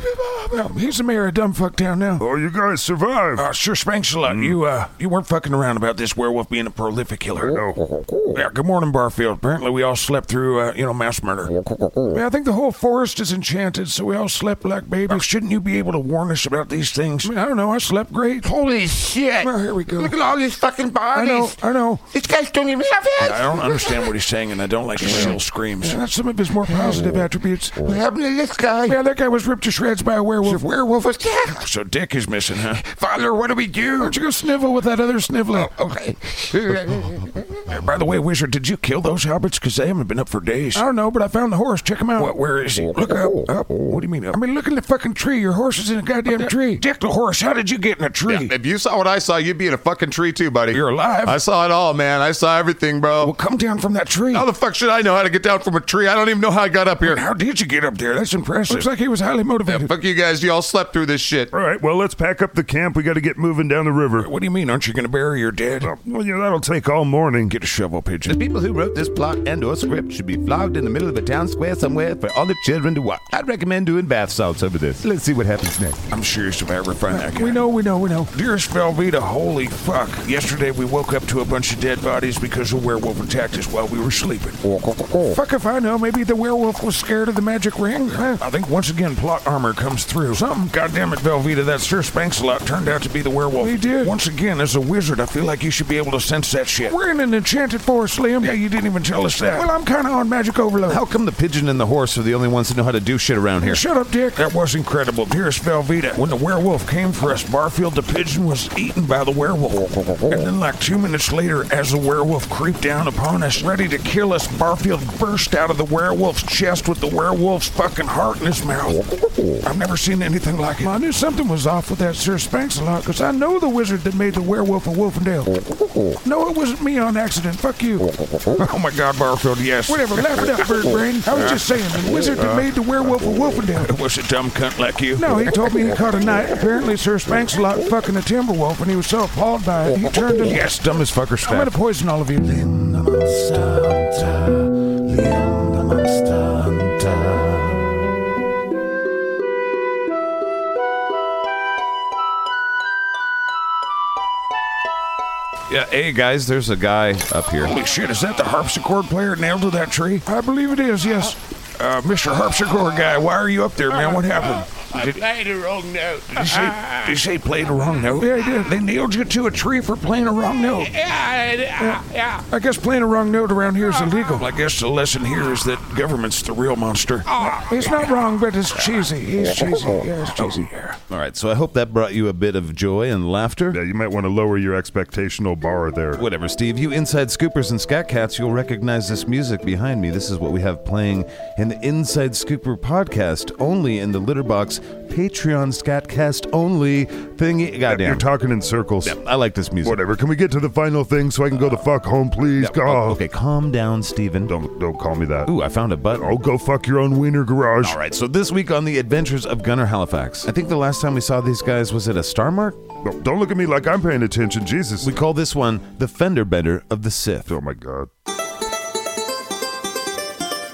well, he's the mayor of Dumbfuck Town now.
Oh, you guys survived.
Uh, sure, thanks a lot.
Mm.
You, uh, you weren't fucking around about this werewolf being a prolific killer.
No.
Yeah, good morning, Barfield. Apparently, we all slept through, uh, you know, mass murder.
Yeah, I think the whole forest is enchanted, so we all slept like babies.
Uh, shouldn't you be able to warn us about these things?
I mean, I don't know. I slept great.
Holy shit!
Well, here we go.
Look at all these fucking
I
bodies.
know. I know.
These guys don't even have heads.
I don't understand what he's saying, and I don't like his little screams.
Yeah, that's some of his more positive attributes.
What happened to this guy?
Yeah, that guy was ripped to shreds by a werewolf.
Werewolf was dead.
So Dick is missing, huh?
Father, what do we
Why
do?
don't you go snivel with that other sniveler?
Okay.
Uh, By the way, Wizard, did you kill those hobbits? Because they haven't been up for days.
I don't know, but I found the horse. Check him out.
What, where is he? Look up. up. What do you mean up?
I mean, look in the fucking tree. Your horse is in a goddamn tree.
Dick the horse, how did you get in a tree?
If you saw what I saw, you'd be in a fucking tree too, buddy.
You're alive.
I saw it all, man. I saw everything, bro.
Well, come down from that tree.
How the fuck should I know how to get down from a tree? I don't even know how I got up here.
How did you get up there? That's impressive.
Looks like he was highly motivated.
Fuck you guys. You all slept through this shit.
All right, well, let's pack up the camp. We got to get moving down the river.
what do you mean? Aren't you going to bury your dead?
Well, yeah, that'll take all morning.
Get a shovel, pigeon.
The people who wrote this plot and or script should be flogged in the middle of a town square somewhere for all the children to watch. I'd recommend doing bath salts over this. Let's see what happens next.
I'm serious if I ever find that guy.
we know, we know, we know.
Dearest Velveeta, holy fuck. Yesterday we woke up to a bunch of dead bodies because a werewolf attacked us while we were sleeping.
Fuck if I know. Maybe the werewolf was scared of the magic ring. Huh?
I think once again plot armor comes through. Something, goddamn it, Velveeta, that Sir Spanksalot turned out to be the werewolf.
He did.
Once again, as a wizard, I feel like you should be able to sense that shit.
We're in an enchanted forest, Liam.
Yeah, you didn't even tell us that.
Well, I'm kind of on magic overload.
How come the pigeon and the horse are the only ones that know how to do shit around here?
Shut up, Dick.
That was incredible. Dearest Velveeta, when the werewolf came for us, Barfield the pigeon was eaten by the werewolf. And then, like two minutes later, as the werewolf creeped down upon us, ready to kill us, Barfield burst out of the werewolf's chest with the werewolf's fucking heart in his mouth. I've never seen anything like
Well, I
it.
knew something was off with that Sir Spanksalot, because I know the wizard that made the werewolf of Wolfendale. No, it wasn't me on accident. Fuck you.
Oh my god, Barfield, yes.
Whatever, laugh it up, bird brain. I was just saying, the wizard
Uh,
that made the werewolf of Wolfendale.
Was a dumb cunt like you?
No, he told me he caught a knife. Apparently, Sir Spanksalot fucking a timber wolf, and he was so appalled by it, he turned and...
Yes, dumb as fucker
I'm gonna
staff.
poison all of you.
Yeah, hey guys, there's a guy up here.
Holy shit, is that the harpsichord player nailed to that tree?
I believe it is, yes.
Uh, Mr. Harpsichord guy, why are you up there, man? What happened?
I played the wrong note. Ah.
Did you say, did you say play the wrong note?
Yeah, he did.
They nailed you to a tree for playing a wrong note.
Yeah, yeah.
I guess playing a wrong note around here is illegal.
Well, I guess the lesson here is that government's the real monster.
Oh,
Uh,
Oh.
It's not wrong, but it's cheesy. He's cheesy. Yeah, it's cheesy.
All right, so I hope that brought you a bit of joy and laughter.
Yeah, you might want to lower your expectational bar there.
Whatever, Steve. You inside scoopers and scat cats, you'll recognize this music behind me. This is what we have playing in the Inside Scooper podcast, only in the Litterbox Patreon Scatcast only thingy.
You're
Goddamn.
talking in circles.
I like this music.
Whatever. Can we get to the final thing so I can go the
Uh,
fuck home, please? Oh.
Yeah,
God.
Okay, calm down, Steven.
Don't don't call me that.
Ooh, I found a button.
Oh, go fuck your own wiener garage.
All right, so this week on the Adventures of Gunnar Halifax, I think the last time we saw these guys was at a Star Mart.
No, don't look at me like I'm paying attention, Jesus.
We call this one the Fender Bender of the Sith.
oh my God.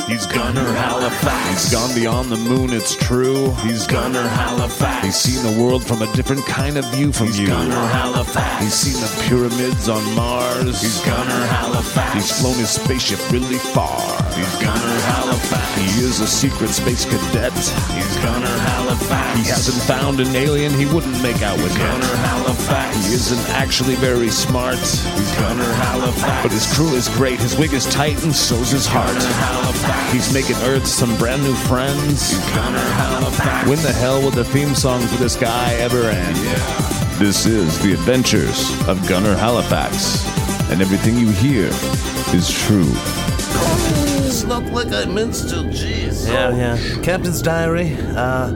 He's Gunner Halifax. He's gone beyond the moon, it's true. He's Gunner Halifax. He's seen the world from a different kind of view from you. Gunner Halifax. He's seen the pyramids on Mars. He's Gunner Halifax. He's flown his spaceship really far. He's Gunner Halifax. He is a secret space cadet. He's Gunner Halifax. He hasn't found an alien he wouldn't make out with yet. Gunner Halifax. He isn't actually very smart. He's Gunner Halifax. But his crew is great. His wig is tight and so's his heart. He's making Earth some brand new friends. When the hell will the theme song for this guy ever end? This is The Adventures of Gunnar Halifax, and everything you hear is true.
It's not like I minstrel, jeez.
Yeah, yeah. Captain's diary. Uh,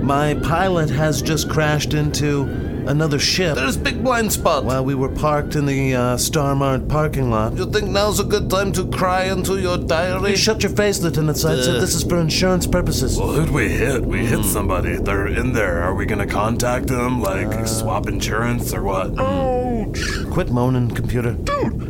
my pilot has just crashed into another ship.
There's big blind spot.
While we were parked in the uh, Star Mart parking lot.
You think now's a good time to cry into your diary? Uh.
You shut your face, Lieutenant Side said
Ugh.
this is for insurance purposes.
Well, who'd we hit? We
Hmm.
hit somebody. They're in there. Are we gonna contact them? Like swap insurance or what?
Quit moaning, computer.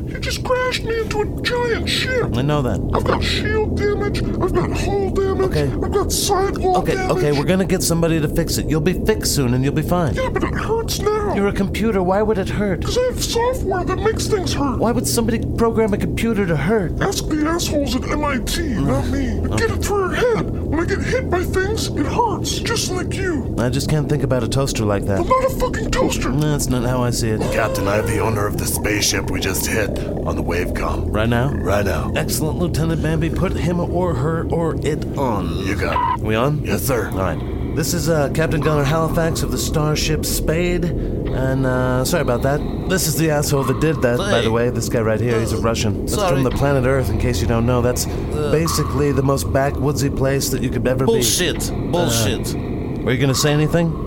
You just crashed me into a giant ship.
I know that.
I've got shield damage. I've got hull damage. I've got sidewall
Okay,
damage.
okay, we're gonna get somebody to fix it. You'll be fixed soon and you'll be fine.
Yeah, but it hurts now.
You're a computer, why would it hurt?
Because I have software that makes things hurt.
Why would somebody program a computer to hurt?
Ask the assholes at MIT, not me. Get it through your head. When I get hit by things, it hurts, just like you.
I just can't think about a toaster like that.
I'm not a fucking toaster.
That's not how I see it.
Captain, I have the owner of the spaceship we just hit on the wavecom.
Right now?
Right now.
Excellent, Lieutenant Bambi. Put him or her or it on.
You got
it. We on?
Yes, sir.
All right. This is uh, Captain Gunnar Halifax of the starship Spade. And uh, sorry about that. This is the asshole that did that, by the way. This guy right here, he's a Russian. That's
sorry.
from the planet Earth, in case you don't know. That's basically the most backwoodsy place that you could ever be.
Bullshit. Bullshit.
Uh, were you going to say anything?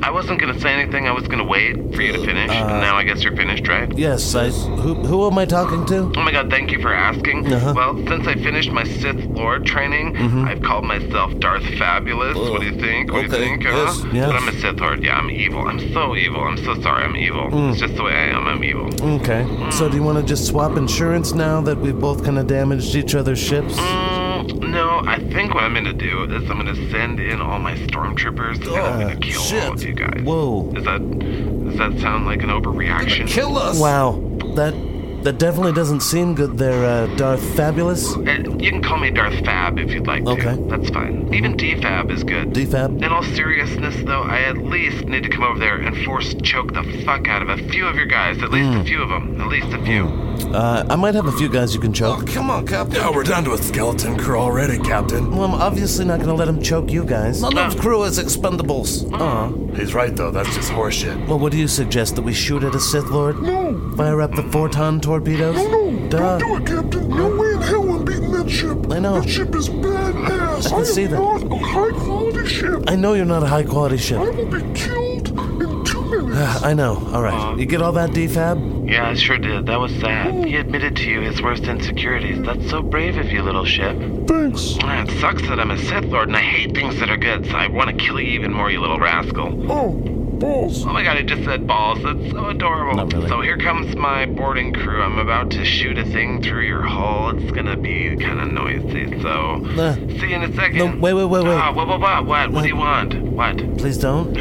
I wasn't gonna say anything. I was gonna wait for you to finish.
Uh,
and now I guess you're finished, right?
Yes, I. Who, who am I talking to?
Oh my god, thank you for asking.
Uh-huh.
Well, since I finished my Sith Lord training,
Mhm.
I've called myself Darth Fabulous. what do you think? What do
okay,
you think?
yes,
huh?
yes.
But I'm a Sith Lord. Yeah, I'm evil. I'm so evil. I'm so sorry. I'm evil.
Mm.
It's just the way I am. I'm evil.
Okay. So do you want to just swap insurance now that we've both kind of damaged each other's ships?
Mm, no, I think what I'm gonna do is I'm gonna send in all my stormtroopers and I'm gonna kill all of you guys.
Ah, Whoa.
Does that does that sound like an overreaction?
Wow. That that definitely doesn't seem good there, uh, Darth Fabulous.
Uh, You can call me Darth Fab if you'd like
Okay.
to. That's fine. Even DFAB is good.
DFAB?
In all seriousness, though, I at least need to come over there and force choke the fuck out of a few of your guys. At least a
Mm.
few of them. At least a few.
Uh, I might have a few guys you can choke.
Come on, Captain. No, we're down to a skeleton crew already, Captain.
Well, I'm obviously not gonna let him choke you guys.
None of
crew is expendables. Uh-huh. Aw.
He's right, though. That's just horseshit.
Well, what do you suggest? That we shoot at a Sith Lord? No. Fire up the photon torpedoes? No, no. Duh.
Do it, Captain. No way in hell I'm beating that ship.
I know.
That ship is badass.
I can
am
see that.
not a high quality ship.
I know you're not a high quality ship. Ah.
I will be killed in two minutes.
I know. All right. You get all that, DFAB?
Yeah, I sure did. That was sad. He admitted to you his worst insecurities. That's so brave of you, little ship.
Thanks.
It sucks that I'm a Sith Lord and I hate things that are good, so I want to kill you even more, you little rascal.
Oh, balls.
Oh my god, I just said balls. That's so adorable. So here comes my boarding crew. I'm about to shoot a thing through your hull. It's gonna be kind of noisy, so.
Uh,
See you in a second.
no, wait, wait, wait, wait.
Ah, what, what, what, what? What do you want? What?
Please don't.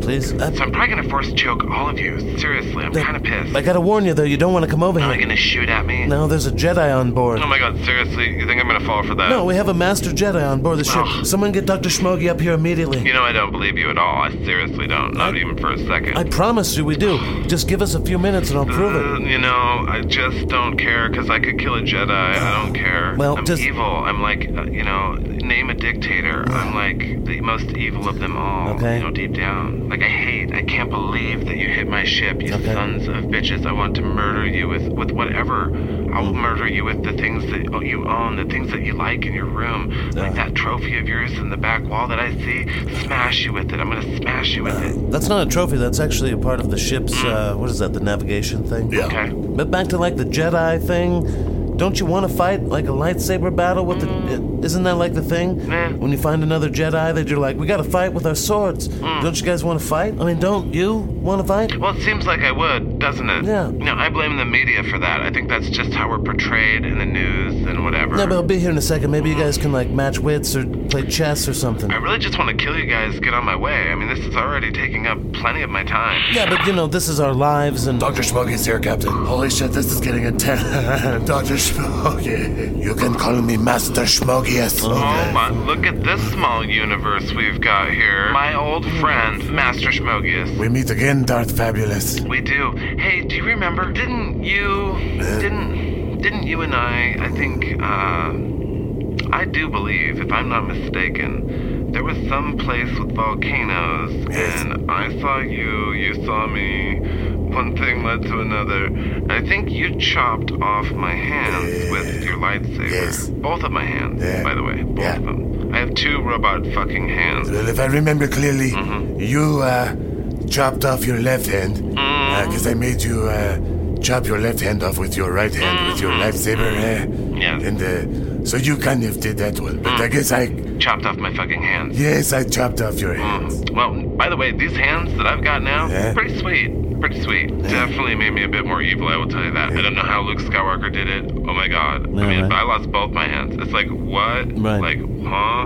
Please. Uh,
So I'm probably gonna force choke all of you. Seriously, I'm kind of pissed.
I gotta warn you, though, you don't want to come over
Are they
here.
gonna shoot at me?
No, there's a Jedi on board.
Oh my god, seriously? You think I'm gonna fall for that?
No, we have a Master Jedi on board the ship. Someone get Dr. Schmoggy up here immediately.
You know I don't believe you at all. I seriously don't. Not even for a second.
I promise you we do. Just give us a few minutes and I'll prove it.
Uh, You know, I just don't care because I could kill a Jedi. I don't care.
Well,
I'm
just-
evil. I'm like, uh, you know, name a dictator. I'm like the most evil of them all.
Okay.
You know, deep down, like I hate. I can't believe that you hit my ship, you sons of bitches. I want to murder you with with whatever. I will murder you with the things that oh, you own, the things that you like in your room, like that trophy of yours in the back wall that I see. Smash you with it. I'm gonna smash you with it.
That's not a trophy. That's actually a part of the
Mm.
ship's. Uh, what is that? The navigation thing. Yeah.
Okay.
But back to like the Jedi thing. Don't you want to fight like a lightsaber battle with
Mm.
the? Isn't that like the thing? When you find another Jedi, that you're like, we got to fight with our swords.
Mm.
Don't you guys want to fight? I mean, don't you want to fight?
Well, it seems like I would, doesn't it?
Yeah.
You know, I blame the media for that. I think that's just how we're portrayed in the news and whatever.
No, but I'll be here in a second. Maybe you guys can like match wits or play chess or something.
I really just want to kill you guys. Get on my way. I mean, this is already taking up plenty of my time.
Yeah, but you know, this is our lives and.
Dr. Smoggy's here, Captain. Holy shit, this is getting intense. Dr. Smoggy. You can call me Master Smoggy.
Oh my! Look at this small universe we've got here. My old friend, Master Schmogius.
We meet again, Darth Fabulous.
We do. Hey, do you remember? Didn't you? Didn't? Didn't you and I? I think. Uh, I do believe, if I'm not mistaken, there was some place with volcanoes, and I saw you. You saw me. One thing led to another. and I think you chopped off my hands with your lightsaber. Both of my hands, by the way. Both of them. I have two robot fucking hands.
Mm-hmm.
Well, if I remember clearly, you, uh, chopped off your left hand,
Mm.
because I made you uh, chop your left hand off with your right hand, with your
Mm-hmm.
lightsaber. Uh,
Yeah.
And uh, so you kind of did that one.
Mm.
But I guess I.
Chopped off my fucking hands.
Yes, I chopped off
Mm.
your hands.
Well, by the way, these hands that I've got now,
Yeah.
pretty sweet. Pretty sweet. Definitely made me a bit more evil, I will tell you that. I don't know how Luke Skywalker did it. Oh my god.
Yeah,
I mean,
right.
but I lost both my hands. It's like, what?
Right.
Like, huh?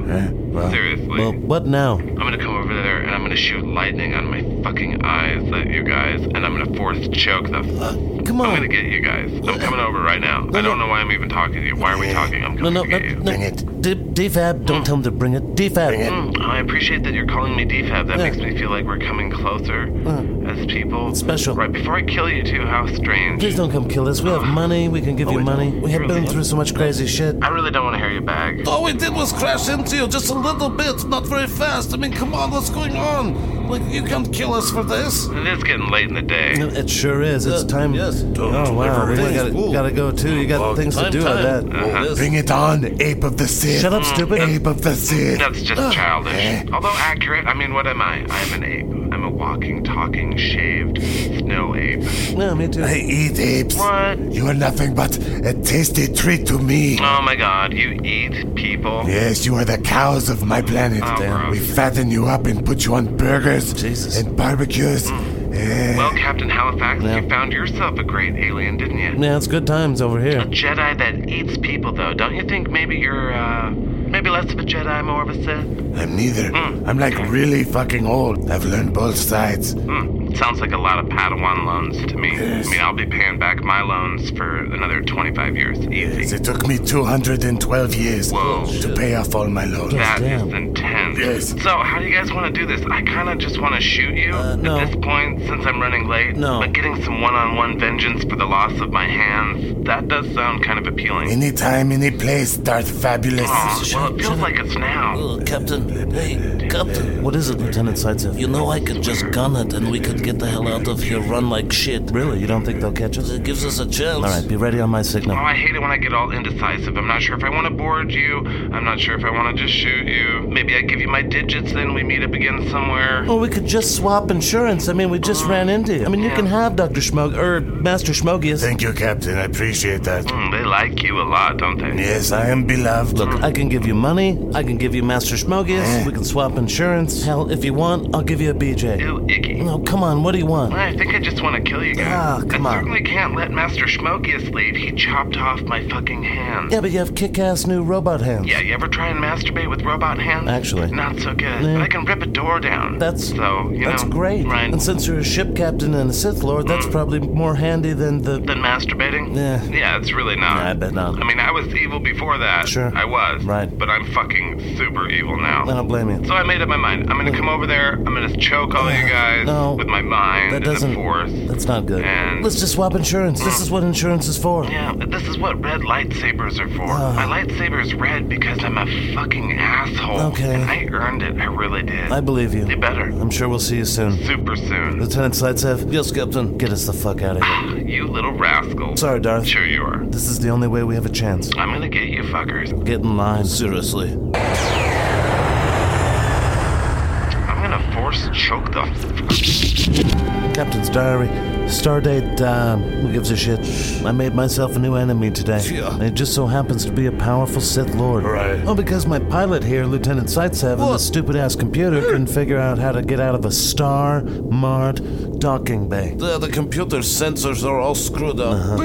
Seriously.
Well, what now?
I'm gonna come over there and I'm gonna shoot lightning on my fucking eyes at you guys, and I'm gonna force choke the. F-
Uh, come on.
I'm gonna get you guys. I'm coming over right now. I don't know why I'm even talking to you. Why are we talking? I'm
No,
coming
no,
to
no,
get you.
no. Bring it. D- DFAB, don't tell him to bring it. DFAB.
Mm, I appreciate that you're calling me DFAB. That
Yeah.
makes me feel like we're coming closer
Mm.
as people.
Special.
Right before I kill you two, how strange.
Please don't come kill us. We have money. We
Oh,
can give you money. We have been through so much crazy shit.
I really don't want to hear you bag.
All we did was crash into you just a little bit, not very fast. I mean, come on, what's going on? Like, you can't kill us for this.
It is getting late in the day.
It sure is. It's time. Uh, Yes. Oh, wow.
delivery.
We gotta,
Ooh.
gotta go too. You got
Well,
things to
time,
do. I
time.
bet.
Uh-huh.
Bring it on, ape of the Sith.
Shut up, stupid. Uh,
Ape of the Sith.
That's just childish. Although accurate, I mean, what am I? I'm an ape. I'm a walking, talking, shaved snow ape.
No, me too.
I eat apes.
What?
You are nothing but a tasty treat to me.
Oh my god, you eat people.
Yes, you are the cows of my planet.
Oh,
We fatten you up and put you on burgers and barbecues.
Mm.
Eh,
Well, Captain Halifax, you found yourself a great alien, didn't you?
Yeah, it's good times over here.
Jedi that eats people, though. Don't you think maybe you're, uh, maybe less of a Jedi, more of a Sith?
I'm neither.
Mm.
I'm like really fucking old. I've learned both sides.
Hmm. Sounds like a lot of Padawan loans to me. I mean, I'll be paying back my loans for another 25 years. Easy.
It took me 212 years to pay off all my loans.
That is intense. So, how do you guys want to do this? I kind of just want to shoot you
Uh,
no.
at this point since I'm running late.
No.
But getting some one on one vengeance for the loss of my hands, that does sound kind of appealing.
Anytime, any place, Darth Fabulous.
Aw, well, it feels like it's now.
Captain, hey, Captain.
What is it, Lieutenant Sightsev?
You know, I could just gun it and we could get the hell out of here, run like shit.
Really? You don't think they'll catch us?
It gives us a chance.
All right, be ready on my signal.
Oh, I hate it when I get all indecisive. I'm not sure if I want to board you. I'm not sure if I want to just shoot you. Maybe I give you my digits, then we meet up again somewhere.
Well, Oh, we could just swap insurance. I mean, we just ran into you. I mean, you can have Dr. Schmog, or Master Schmogius.
Thank you, Captain. I appreciate that.
Mm, they like you a lot, don't they?
Yes, I am beloved. Eh.
Look, I can give you money. I can give you Master Schmogius. We can swap insurance. Hell, if you want, I'll give you a BJ.
Ew, icky.
No, come on. What do you want?
I think I just want to kill you guys.
Ah, come
I
on.
certainly can't let Master Schmokius leave. He chopped off my fucking hand.
Yeah, but you have kick-ass new robot hands.
um, Yeah, you ever try and masturbate with robot hands?
Actually.
Not so good.
Yeah.
But I can rip a door down. That's so you
That's
know Mm.
great.
Right.
And since you're a ship captain and a Sith Lord, that's probably more handy than the.
Than masturbating?
Yeah.
Yeah, it's really not.
I bet not.
I mean, I was evil before that.
Sure.
I was.
Right.
But I'm fucking super evil now.
I don't blame you.
So I made up my mind. I'm gonna come over there. I'm gonna choke all
uh,
you guys
No.
with my mind
That doesn't.
and the force.
That's not good. Let's just swap insurance. This is what insurance is for.
Mm. Yeah, but this is what red lightsabers are for.
Uh.
Ah.
My lightsaber's red because I'm a fucking asshole.
Okay.
And I earned it. I really did.
I believe you.
You better.
I'm sure we'll see you soon.
Super soon.
Lieutenant Sightsev. Yes, Captain. Get us the fuck out of here.
You little rascal.
Sorry, Darth.
Sure you are.
This is the only way we have a chance.
I'm gonna get you fuckers.
Get in line. Seriously.
I'm gonna force choke the.
Captain's diary. Stardate, uh, who gives a shit? I made myself a new enemy today.
Yeah.
And it just so happens to be a powerful Sith Lord. Right. Oh, because my pilot here, Lieutenant Sightsev, and the stupid ass computer couldn't figure out how to get out of a star marred docking bay.
The, the computer sensors are all screwed up.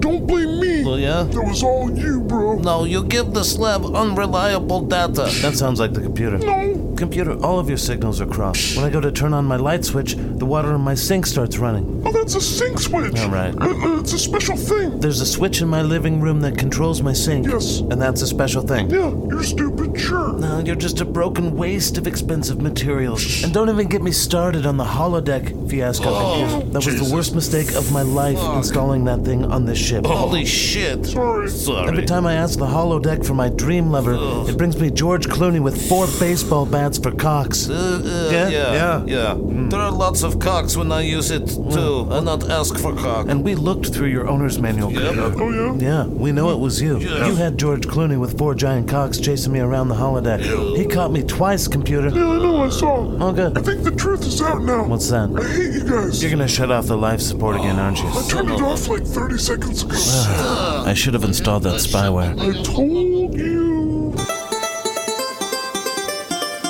don't blame me. Well, yeah.
That was all you, bro. No, you give this lab unreliable data.
That sounds like the computer. No. Computer, all of your signals are crossed. When I go to turn on my light switch, the water in my sink starts running.
Oh, that's a sink switch.
All right.
Uh, uh, it's a special thing.
There's a switch in my living room that controls my sink. Yes. And that's a special thing.
Yeah, you're stupid, sure.
No, you're just a broken waste of expensive materials. And don't even get me started on the holodeck fiasco.
Oh,
that was the worst mistake of my life installing that thing on this ship.
Holy shit. Sorry. Oh, Sorry.
Every time I ask the holodeck for my dream lover, it brings me George Clooney with four baseball bats for cocks.
Uh,
Yeah?
yeah, yeah,
Yeah. Mm.
There are lots of cocks when I use it too. I not ask for cock.
And we looked through your owner's manual.
Yep.
Oh,
Yeah, we know it was you. You had George Clooney with four giant cocks chasing me around the holodeck. you. He caught me twice, computer.
Yeah, I know, I saw.
Oh, good.
I think the truth is out now.
What's that?
I hate you guys.
You're gonna shut off the life support again, aren't you?
I turned it off like 30 seconds ago.
Ah. I should have installed that spyware.
I told you.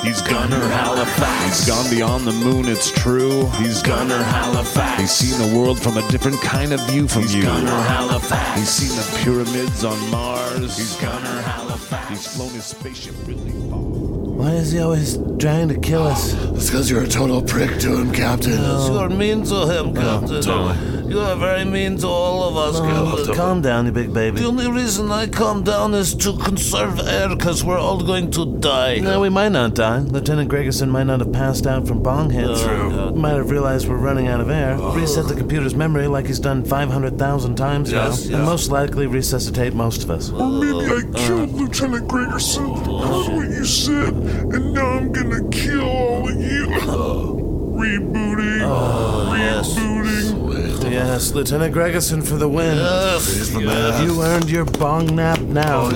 He's Gunner Halifax. He's gone beyond the moon, it's true. He's Gunner Halifax. He's seen the world from a different kind of view from you. Gunner Halifax. He's seen the pyramids on Mars. He's Gunner Halifax. He's flown his spaceship really far.
Why is he always trying to kill us?
It's because you're a total prick to him, Captain.
No.
You're
mean to him, Captain. You are very mean to all of us,
Uh-huh.
Captain.
Calm down, you big
The
baby.
only reason I calm down is to conserve air, because we're all going to die.
No, we might not die. Lieutenant Gregerson might not have passed out from bong hits.
Yeah. True.
Uh, Might have realized we're running out of air.
Oh.
Reset the computer's memory like he's done 500,000 times
Yes,
now.
yeah.
And most likely resuscitate most of us.
Or maybe I killed Lieutenant Gregerson. That's what you said. And now I'm gonna kill all of you. Rebooting. Oh, Rebooting.
Yes, Lieutenant Gregerson for the win.
Yes,
yes. Oh,
You earned your bong nap now.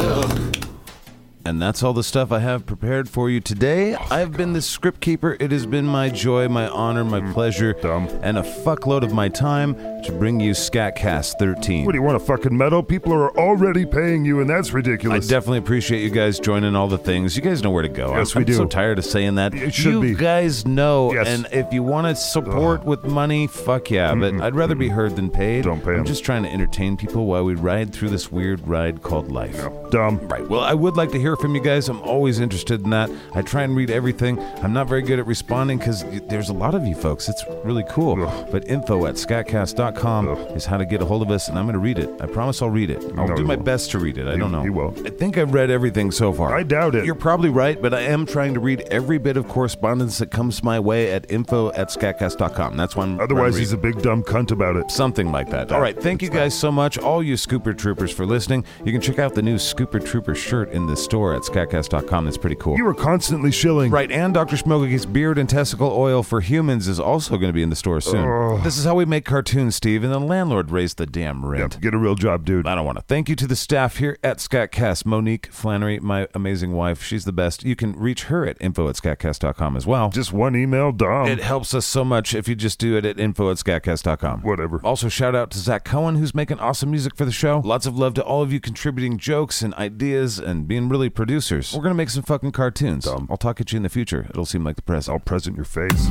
And that's all the stuff I have prepared for you today.
Oh,
I've been the script keeper. It has been my joy, my honor, my
Mm.
pleasure, and a fuckload of my time to bring you Scatcast 13.
What do you want, a fucking medal? People are already paying you, and that's
I
ridiculous.
definitely appreciate you guys joining all the things. You guys know where to go.
Yes,
I'm,
we do.
I'm so tired of saying that.
It should
you
be.
guys know.
Yes.
And if you want to support with money, fuck yeah. But I'd rather be heard than paid. Don't pay. I'm just trying to entertain people while we ride through this weird ride called life.
Dumb.
Right. Well, I would like to hear from you guys. I'm always interested in that. I try and read everything. I'm not very good at responding because there's a lot of you folks. It's really cool. But info at scatcast.com is how to get a hold of us, and I'm going to read it. I promise I'll read it. I'll
No,
do
you
my
won't.
best to read it. I
You-
don't know.
you won't.
I think I've read everything so far. I
doubt it.
You're probably right, but I am trying to read every bit of correspondence that comes my way at info at scatcast.com. That's why I'm
Otherwise,
I'm
he's a big dumb cunt about it.
Something like that. All right, thank you guys so much, all you Scooper Troopers, for listening. You can check out the new Scooper Trooper shirt in the store at scatcast.com. That's pretty cool.
You were constantly shilling.
Right, and Dr. Schmogage's beard and testicle oil for humans is also going to be in the store soon.
Ugh.
This is how we make cartoons, Steve, and the landlord raised the damn rent.
Get a real job, dude.
I don't want to. Thank you to the staff here at Scatcast. Monique Flannery, my amazing wife. She's the best. You can reach her at info at scatcast.com as well.
Just one email, dumb.
It helps us so much if you just do it at info at scatcast.com. Whatever. Also, shout out to Zach Cohen, who's making awesome music for the show. Lots of love to all of you contributing jokes and ideas and being really producers. We're going to make some fucking cartoons. I'll talk at you in the future. It'll seem like the present. I'll
present your face.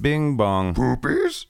Bing bong.
Poopies?